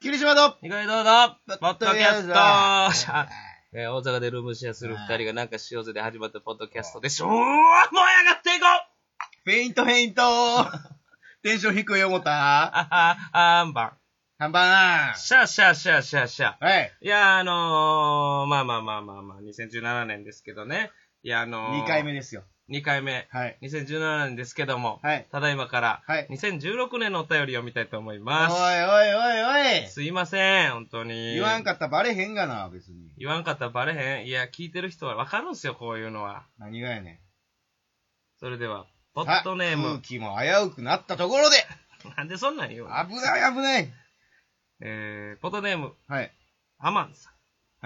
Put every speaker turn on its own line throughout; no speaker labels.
霧島と
二回どうぞ
ポッ
ポッ
ド
ド
キ
キ
ャ
ャ
ス
ス
ト
ト えー大阪でルームシェアする二人がなんかしようぜで始まったポッドキャストでしょうわ燃え上がっていこう
フェイントフェイントテンション低い思った
あはあんばん。
ハンバー
シャーシャーシャーシャーシャー。
ナはい。
いやー、あのー、まあまあまあまあまあ、2017年ですけどね。いや、あのー、
2回目。ですよ。
2回目。
はい。
2017年ですけども、
はい
ただいまから、
はい
2016年のお便りを見たいと思い
おいおい
ます。
おいおい
すいません、本当に。
言わん
か
かったらバレへんがな、別に。
言わんかったらバレへん。いや、聞いてる人はわかるんすよ、こういうのは。
何がやねん。
それでは、ポッドネー
さあ
ム
空。気も危うくなったところで
なんでそんなん言うの
危ない危ない
えー、ポッドネーム、
はい。
アマンさん。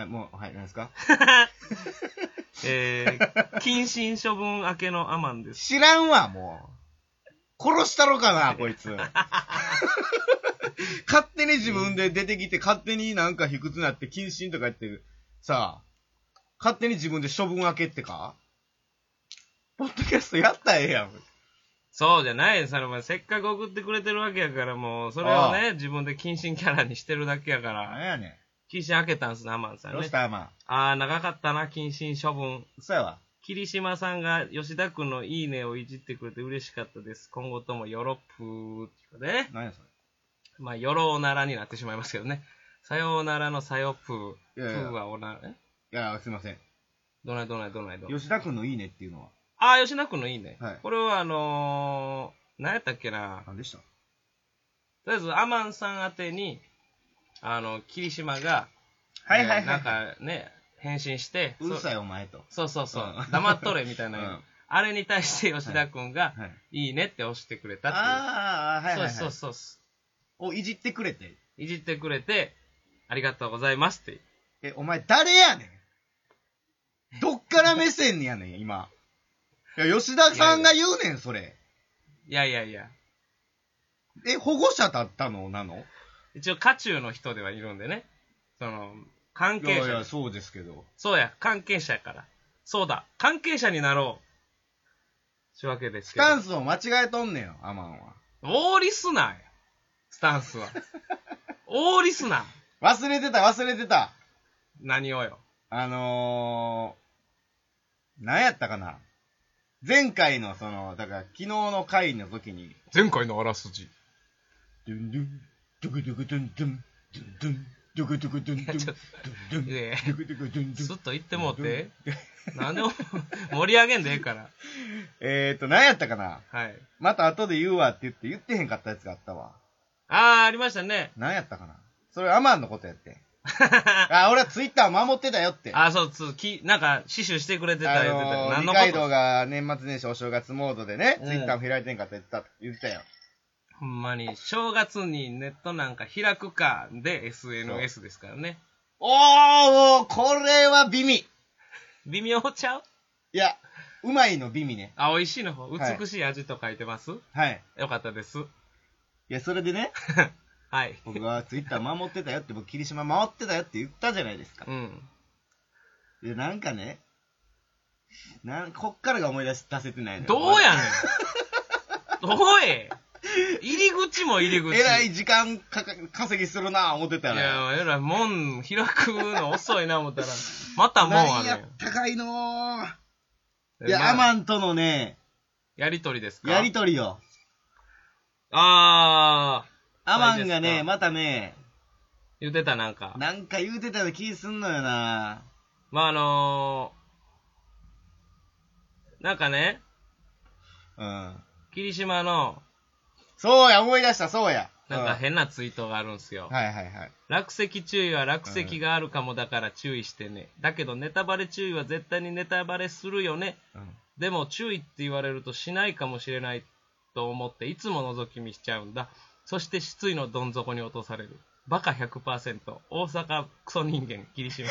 はい、もう、はい、何ですか
え ー、謹慎処分明けのアマンです。
知らんわ、もう。殺したろかな、こいつ。 勝手に自分で出てきて、勝手になんか卑屈になって、謹慎とか言ってる。さあ、勝手に自分で処分開けってかポッドキャストやったらええやん。
そうじゃないそれもせっかく送ってくれてるわけやから、もう、それをね、自分で謹慎キャラにしてるだけやから、
何やね
謹慎明けたんすな、アマン
ん。
さん
ロ
ね
ス。ターマン。
あー、長かったな、謹慎処分。
嘘やわ。
霧島さんが吉田君のいいねをいじってくれて嬉しかったです。今後ともよろぷーっていうかね。
何やそ
まあ、よろおならになってしまいますけどね。さようならのさよぷー。ぷ
いやいや
ーはおなら、え
れ。いや、すいません。
どないどないどないどない。
吉田君のいいねっていうのは。
ああ、吉田君のいいね。
はい
これはあのー、何やったっけな。
何でした
とりあえず、アマンさん宛てに、あの、霧島が、えーなんかね、返信して、
うるさ
い。
いお前と。
そうそうそう
う。ん
黙っとれみたいな、
うん
あれに対して吉田君が、
はい。
い、いねって押してくれたっていう。
ああ、はいはい、はい。
そうそうそう。
お、いじってくれて。
いじってくれて、ありがとうございますって。
え、お前誰やねんどっから目線やねん、今。いや、吉田さんが言うねん、それ。
いやいやいや。
え、保護者だったのなの
一応、渦中の人ではいるんでね。その、関
い
係
や
者。
いや、そうですけど。
そうや、関係者やから。そうだ、関係者になろう。しわけです
ス
けど。
タンスを間違えとんねんよ、アマンは。
オーリスナーや。スタンス は。オーリスナー。
忘れてた、忘れてた。
何をよ。
あのー、何やったかな前回の、その、だから、昨日の会の時に、
前回のあらすじ。
ドゥンドゥン、ドゥクドゥクドゥンドゥン、ドゥンドゥン、ドゥクドゥクドゥンドゥ
い
ン、
やちょ
ド
っ
ゥンドゥン、
いやいや
ドゥクドゥクドゥンドゥン
ずっと言ってもう て。なんでも盛り上げんでええから。
えーと、何やったかな
はい。
また後で言うわって言って言ってへんかったやつがあったわ。
あー、ありましたね。
何やったかなそれアマンのこと やって。あ、俺はツイッターを守ってたよって。
あー、そう、つ、き、なんか、死守してくれてた、
あ
言ってたよ。
のー、
何
二
のこ
階堂
と
が年末年始お正月モードでね、
うん
ツイッターも開いてんかった言ってた、言ってたよ。
ほんまに、正月にネットなんか開くか、で SNS ですからね。
おー、これは美味。い
微妙ちゃう
や、うまいの美味ね。
あ、美味しいの方。
はい
美しい味と書いてます、
はい。
よかったです。
いや、それでね、
はい。
僕はツイッター守ってたよって、僕、霧島守ってたよって言ったじゃないですか
う。ん。
いや、なんかね、なんこっからが思い出し出せてないのよ
どうやねん。 どうえ入り口も入り口。
えらい時間かか稼ぎするなぁ思ってた
い
ら。
や、えらい。門開くの遅いな思ったら、また門
な
あ
ん
る
や
や
ったかいのー
ん。
いや、
まあ
アマンとのね、
やりとりですか
やりとりよ。
あー、
アマンが
そうです
ね、
か
またね、
言ってたなんか。
なんか言うてたような気すんのよな
まあ、あのー、なんかね、
うん。
霧島の、
そうや、思い出した、そうや。
なんか
うん
変なツイートがあるんすよ。
はいはいはい。
落石注意は落石があるかもだから注意してね。だけどネタバレ注意は絶対にネタバレするよね。
うん
でも注意って言われるとしないかもしれないと思っていつも覗き見しちゃうんだそして失意のどん底に落とされるバカ100%大阪クソ人間霧島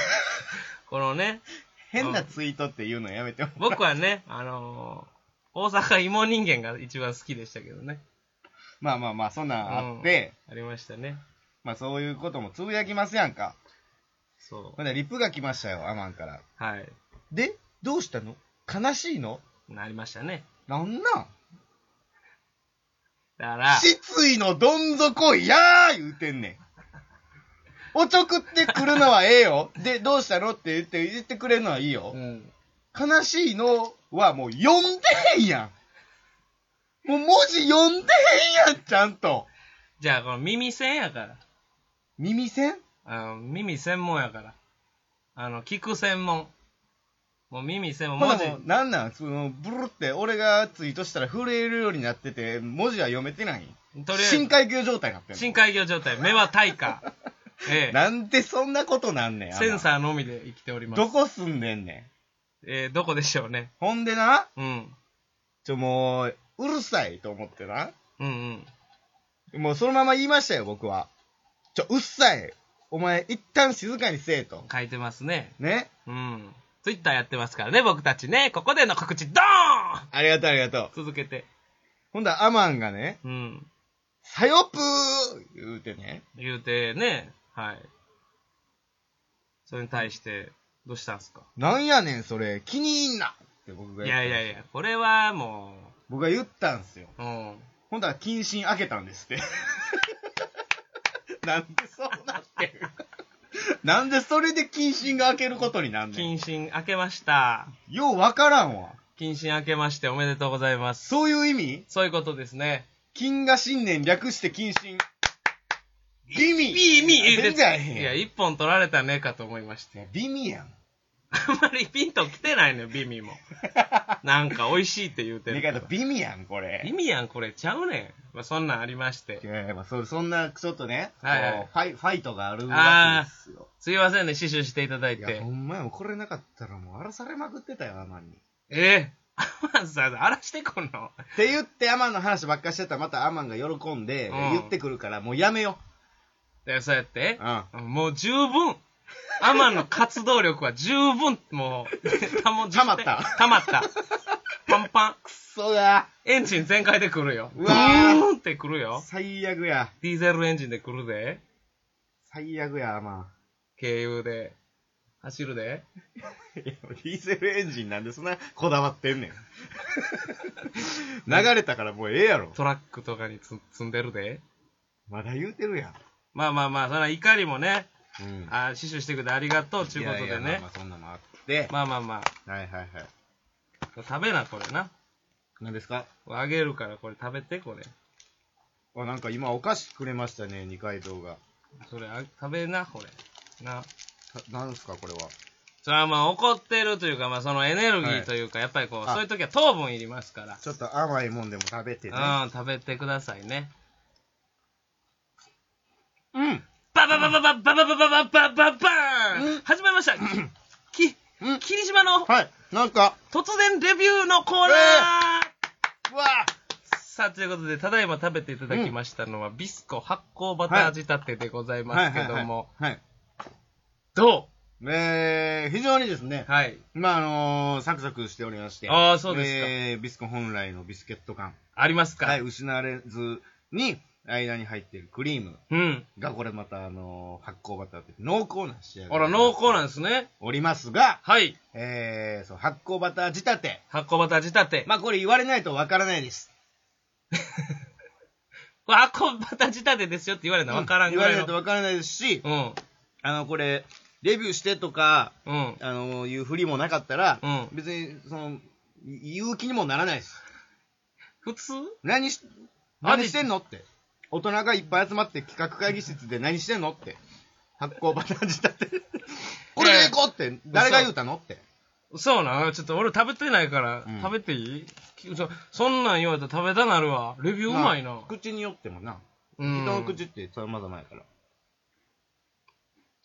このね
変なツイートって言うのや めてもらう
僕はねあのー大阪芋人間が一番好きでしたけどね
まあまあまあ、そんなんあって、
ありましたね
まあそういうこともつぶやきますやんか。
そ
ほんで、リプが来ましたよ、アマンから。
うはい
で、どうしたの悲しいの
なりましたね
なんなん
だから
失意のどん底いやー言うてんねおちょくってくるのはええよ。で、どうしたのって言って、言ってくれるのはいいよ。
うん。
悲しいのはもう読んでへんやん。もう文字読んでへんやん、ちゃんと。
じゃあ、この耳栓やから。
耳栓
あの、耳専門やから。あの、聞く専門。もう耳専門。
ほ
文
な
字。
もう、なんなんその、ブルって、俺がツイートしたら震えるようになってて、文字は読めてない
とりあえず
深海魚状態になってんの
深海魚状態。目は退 化。ええ。
なんでそんなことなんねん。
セン
ー。
サーのみで生きております
ど。こ住んでんねん。
えー、どこでしょうね。
ほんでな、
うん。
ちょもう、うるさいと思ってな。
うんうん。
もうそのまま言いましたよ、僕は。ちょ、うっさい。お前、一旦静かにせえと。
書いてますね。
ね。
うん。ツイッターやってますからね、僕たちね。ここでの告知、ドーン
ありがとう、ありがとう。
続けて。
ほんだらアマンがね、
うん。
さよぷー言うてね。
言うてね。はい。それに対して、どうしたんすか
なんやねん、それ。気に入んなって僕が
いや
言ったんです
いやいや、これはも
僕が言ったんすよ。
う、うん。
ほんだら、謹慎開けたんで すって。なんでそうなってるなんでそれで謹慎が開けることになんねん。
謹慎明けました。
ようわからんわ。
謹慎明けましておめでとうございます。
そういう意味
そういうことですね。
金が新年略して謹慎。意味
いい意味
全然あれへん
いや、
やん。い
一本取られたねかと思いまして。
や、美味やん。
あんまりピンと来てないのよ、ビ ミも。なんか美味しいって言うて
見
るから
方、美味やん、これ。
意味やん、これちゃうねん。まあ、そんなんありまして
い。やいや、まあ、そそんな、ちょっとね、
はいはい
こうファイファイトがあるわけですよ。
すいませんね、死守していただい
いや、
て
ほ。んまや、もうこれなかったらもう荒らされまくってたよ、アマンに。
ええアマンさん、荒らしてこんの。
って言って、アマンの話ばっかしてたら、またアマンが喜んで、
うん
言ってくるから、もうやめよ
でそうやって
う。う、ん。
もう十分、アマンの活動力は十分、も う、たも
溜まった
たまった。パンパン。
くそだ。
エンジン全開で来るよ。
う
う
わ
わ
ー
ーンって来るよ。
最悪や。
ディーゼルエンジンで来るで。
最悪や、アマ
軽油で。走るで。
ン。いや ディーゼルエンジンなんでそんなこだわってんねん。流れたからもうええやろ。
トラックとかにつ積んでるで。
まだ言うてるやん。
まあまあまあ、その怒りもね、
うん。
あー死守してくれてありがとう、ちゅうこと
いや
で
い
ね
やまあま。あそんなのもあって。
まあまあま
はいはいはい。
あ。食べな、これな。
何ですか
あげるから、これ食べて、これ。
あ、なんか今お菓子くれましたね、二階堂が。
それ、あ食べな、これ。な。
たなんすか、これは。
それはまあ怒ってるというか、まあそのエネルギーというか、やっぱりこう、
あ
そういう時は糖分いりますから。
ちょっと甘いもんでも食べてね。
うん、食べてくださいね。
うん。
バババババババババババババー
うん
ン始まりましたき、き
うん、
霧島の
はい。なんか、
突然レビューのコーナー、
うわ
さあ、ということで、ただいま食べていただきましたのは、ビスコ発酵バター仕立てでございますけども、
はいはいはい。
ど
えー、非常にですね
う、はい。
まあ、あのーサクサクしておりまして。
あーそうですか
えー、ビスコ本来のビスケット感。
ありますか、
はい、失われずに、間に入っているクリーム
うん。
が、これまた、あのー発酵バターって濃厚な仕上が
あ
り。
ら、濃厚なん
ん
ですね。
おりますが、
はい。
えー、そう、発酵バター仕立て。
発酵バター仕立て。
まあ、これ言われないとわからないです。
これ発酵バター仕立てですよって言われるのわからん
言
ぐ
わ
らい
れないと
の。
わからないですし、
うん。
あの、これ、レビューしてとか、
うん。
あの、いうふりもなかったら、
うん
別に、その、い言う気にもならないです。
普通
何し、
マジ
何してんのって。大人がいっぱい集まって企画会議室で何してんのって。発行バター 仕立て。これで行こうって、誰が言うたのって。
そうなんちょっと俺食べてないから、
うん
食べていいきそそんなん言われたら食べたなるわ。レビューうまいな。
あ口によってもな。
うん
人の口って様々やから。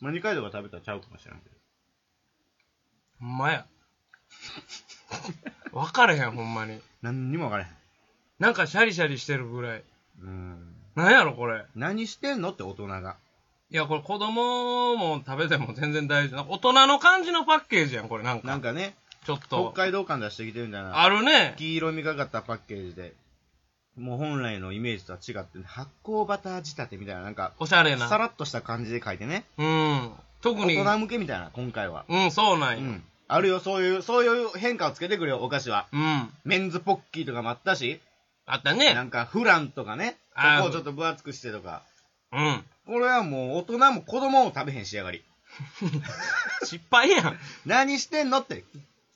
まあ、二階堂が食べたらちゃうかもしれんけど。
ほんまや。 分かれへん、ほんまに。
何にもわからへん。
なんかシャリシャリしてるぐらい。
うん。
なんやろ、これ。
何してんのって大人が。
いや、これ子供も食べても全然大丈夫。大人の感じのパッケージやん、これ。なんか、
なんかね、
ちょっ
北
と。
海道感出してきてるんじゃない
あるね。
黄色みがかったパッケージで、もう本来のイメージとは違って、発酵バター仕立てみたいな、なんか、
おしゃれ
さ
な。
らっとした感じで書いてね。
うん。特
大
に。
人向けみたいな、今回は。
うん、そうな
う
や。
んん。あるよ、そういう、そういう変化をつけてくるよ、お菓子は。
うん。
メンズポッキーとかもあったし、
あった
な
ね。
んかフランとかね、
あー
そこをちょっと分厚くしてとか、
うん。
これはもう大人も子供も食べへん仕上がり。
失敗やん。
何してんのって。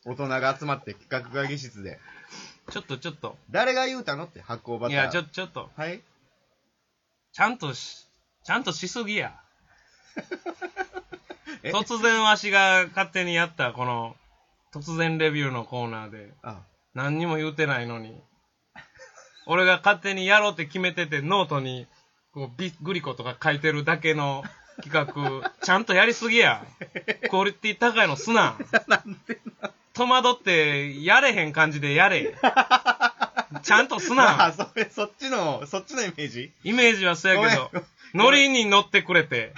大人が集まって企画会議室で。
ちょっとちょっと。
誰が言うたのって発酵バ
い
ター。
や、ちょ、ちょっと。
はい
ちゃんとし、ちゃんとしすぎや。
え
突然わしが勝手にやった、この、突然レビューのコーナーで、
あ、
何にも言うてないのに。俺が勝手にやろうって決めてて、ノートに、こう、ビグリコとか書いてるだけの企 画、ちゃんとやりすぎや。クオリティ高いのす な。戸惑って、やれへん感じでや れ。ちゃんとす
ま
な
あ、。それ、そっちの、そっちのイメージ
イメージはそうやけど
ごめん、
ノリに乗ってくれ て。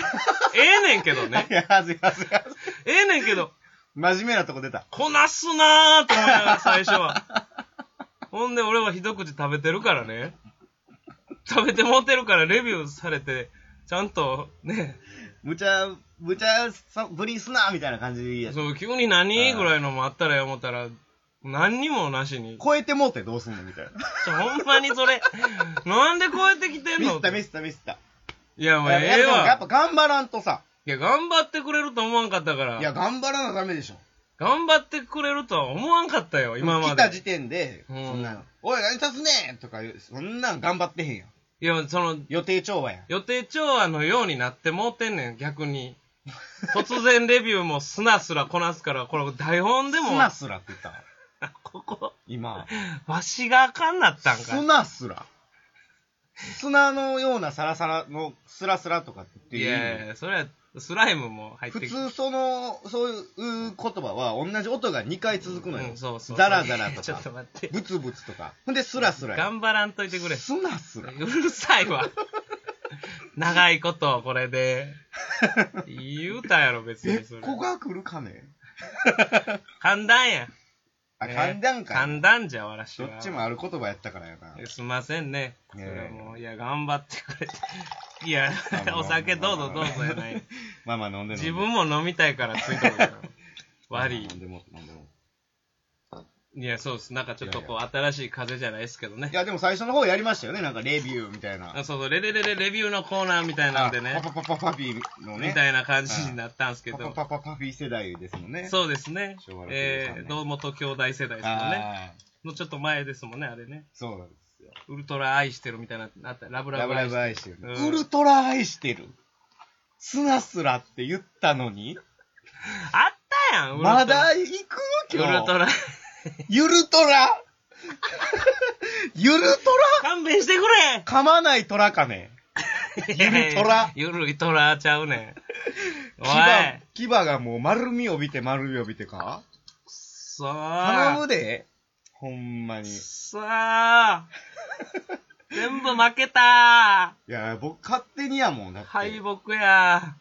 ええねんけどね
い。や、はずいはずいはずい。
ええねんけど、
真面目なとこ出た。
こなすなーと思いながら最初 は。ほんで俺は一口食べてるからね。食べてもうてるからレビューされて、ちゃんとね、
無茶、無茶さぶりすなみたいな感じでやつ。
そう急に何ぐらいのもあったらや思ったら、何にもなしに。
超えてもうてどうすんの みたいな。
ちょほんまにそれ、 なんで超えてきてん
ミ
の
スったミスったミスった。
いや、もう
やっぱ
ええ
やっ
わ
ぱ。頑張らんとさ。
いや、頑張ってくれると思わんかったか
い
ら、
や、頑張らなダメでしょ。
頑張ってくれるとは思わんかったよ、今ま
来た時
で。
点で、
うん
そんなの、おい、何立つねんとか言う、そんなん頑張ってへんやん。
いや、その、
予定調和やん。
予定調和のようになってもうてんねん、逆 に。突然レビューもすなすらこなすから、これ台本でも、
スナスラって言ったわ
ここ、
今。
わしがあかんなったんか
ス。ナスラ。砂のようなサラサラのスラスラとかって
い
いう意味
やいや、それはスライムも入って
普
きて。
通その、そういう言葉は同じ音が2回続くのよ。
うんそうそう
ザラザラ と
ちょっと
か、
待って。
ブツブツとか。ほんでスラスラや。
頑張らんといてくれ。
スナスラ。
うるさい わ。長いこと、これで。言うたやろ、別
え、
にそれ。
ここが来るかね
簡単や。
あ、
ね
寒暖か。
簡単じゃ、わらし
ど
は。
っちもある言葉やったからやな。
すいませんね。そ
ねえ
れはもう、いや、頑張ってくれ て。いや
まあまあま、あ
お酒どうぞどうぞや ない。
まあまあ飲んで飲んで
自分も飲みたいからついてる から。悪い
飲。んでも、飲んでも。
いや、そうです。なんかちょっとこう、新しい風じゃないですけどね
い。や、でも最初の方やりましたよね。なんかレビューみたいな。
あそうそう、レレレレレビューのコーナーみたいなんで
あ
ね
パ。パパパパピーのね。
みたいな感じになったんですけ
パパ
ど。
パパパピー世代ですもんね。う。
そうですね
昭和。63
え
年
ー、堂本兄弟世代ですもんね。
ああ、
のちょっと前ですもんね、あれね。
そうなんですよ。
ウルトラ愛してるみたいな、あったラブラ
ラ
ブ
ブ
愛
ラ
し
ブ
てる。
愛してる。
うん
ウルトラ愛してる。スラスラって言ったのに、
あったやん、ウルトラ。
まだ行く
ウ
今日。
ルトラ。
ゆるトラ ゆるトラ
勘弁してくれ
噛まないトラかね。 ゆるト ラ
ゆるいトラちゃ うねん。おい。
牙、牙がもう丸み帯びて丸み帯びてか
さ
頼
あ
む。で。ほんまに。い
さあ。全部負けた
や、僕勝手にやもん。だって。
敗北や。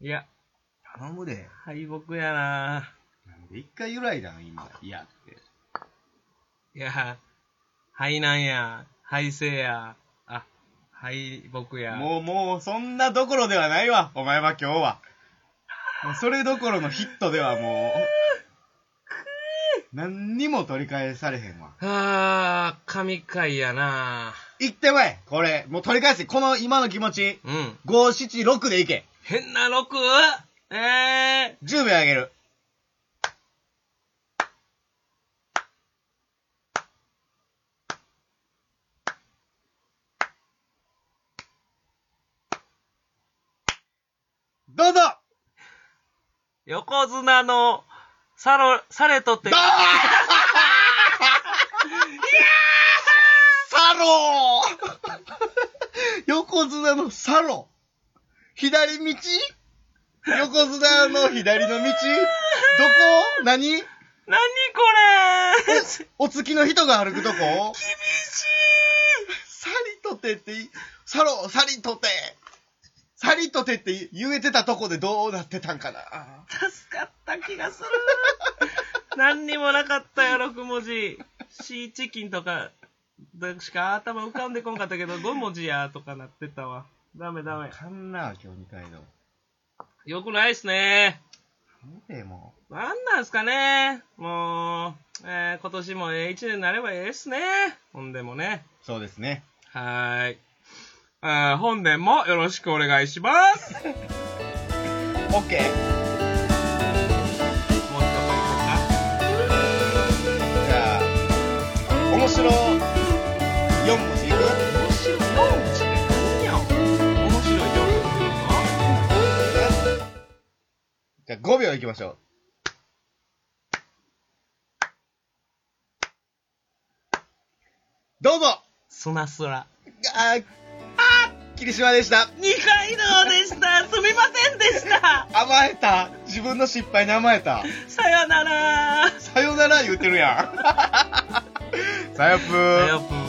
いや、
頼むで。
敗北やな。
なんで一回由来だん、今。いやって。
いや、敗なんや。敗勢や。あ、敗北や。
もう、もう、そんなどころではないわ、お前は今日は。もうそれどころのヒットではもう、何にも取り返されへんわ。
あー、神回やな。
行ってまいこれ、もう取り返せこの今の気持ち、
うん。
5、7、6でいけ
変な 6? ええー。
!10 秒あげる。どうぞ
横綱の、さろ、されとっ
ど
て、
ういやーサロー 横綱のサロ左道横綱の左の道どこ何
何これ厳しい
お月の人が歩くとこさりとてってい、サロさりとてさりとてって言えてたとこでどうなってたんかな
助かった気がする。何にもなかったよ、6文字。シーチキンとか、しか頭浮かんでこんかったけど、5文字や、とかなってたわ。ダメダメ。
かんな今日二回の。
よくないっすね。
見ても
なんなんすかね。もう、えー今年もええ1年になればええっすね。ほんでもね。
う。そうですね。
はーい。えー本年もよろしくお願いします。もう一
オッケー
度こうか
じゃあ面白4文字いく
面白い4文字って何やん面白い4文字っていうの
じゃあ5秒いきましょう。どうも
すなすら。
あー、あー霧島でした。
二階堂でしたすみませんでした
甘えた。自分の失敗に甘えた。
さよなら
さよなら言うてるやん。さよぷ
さ
ー。
よぷー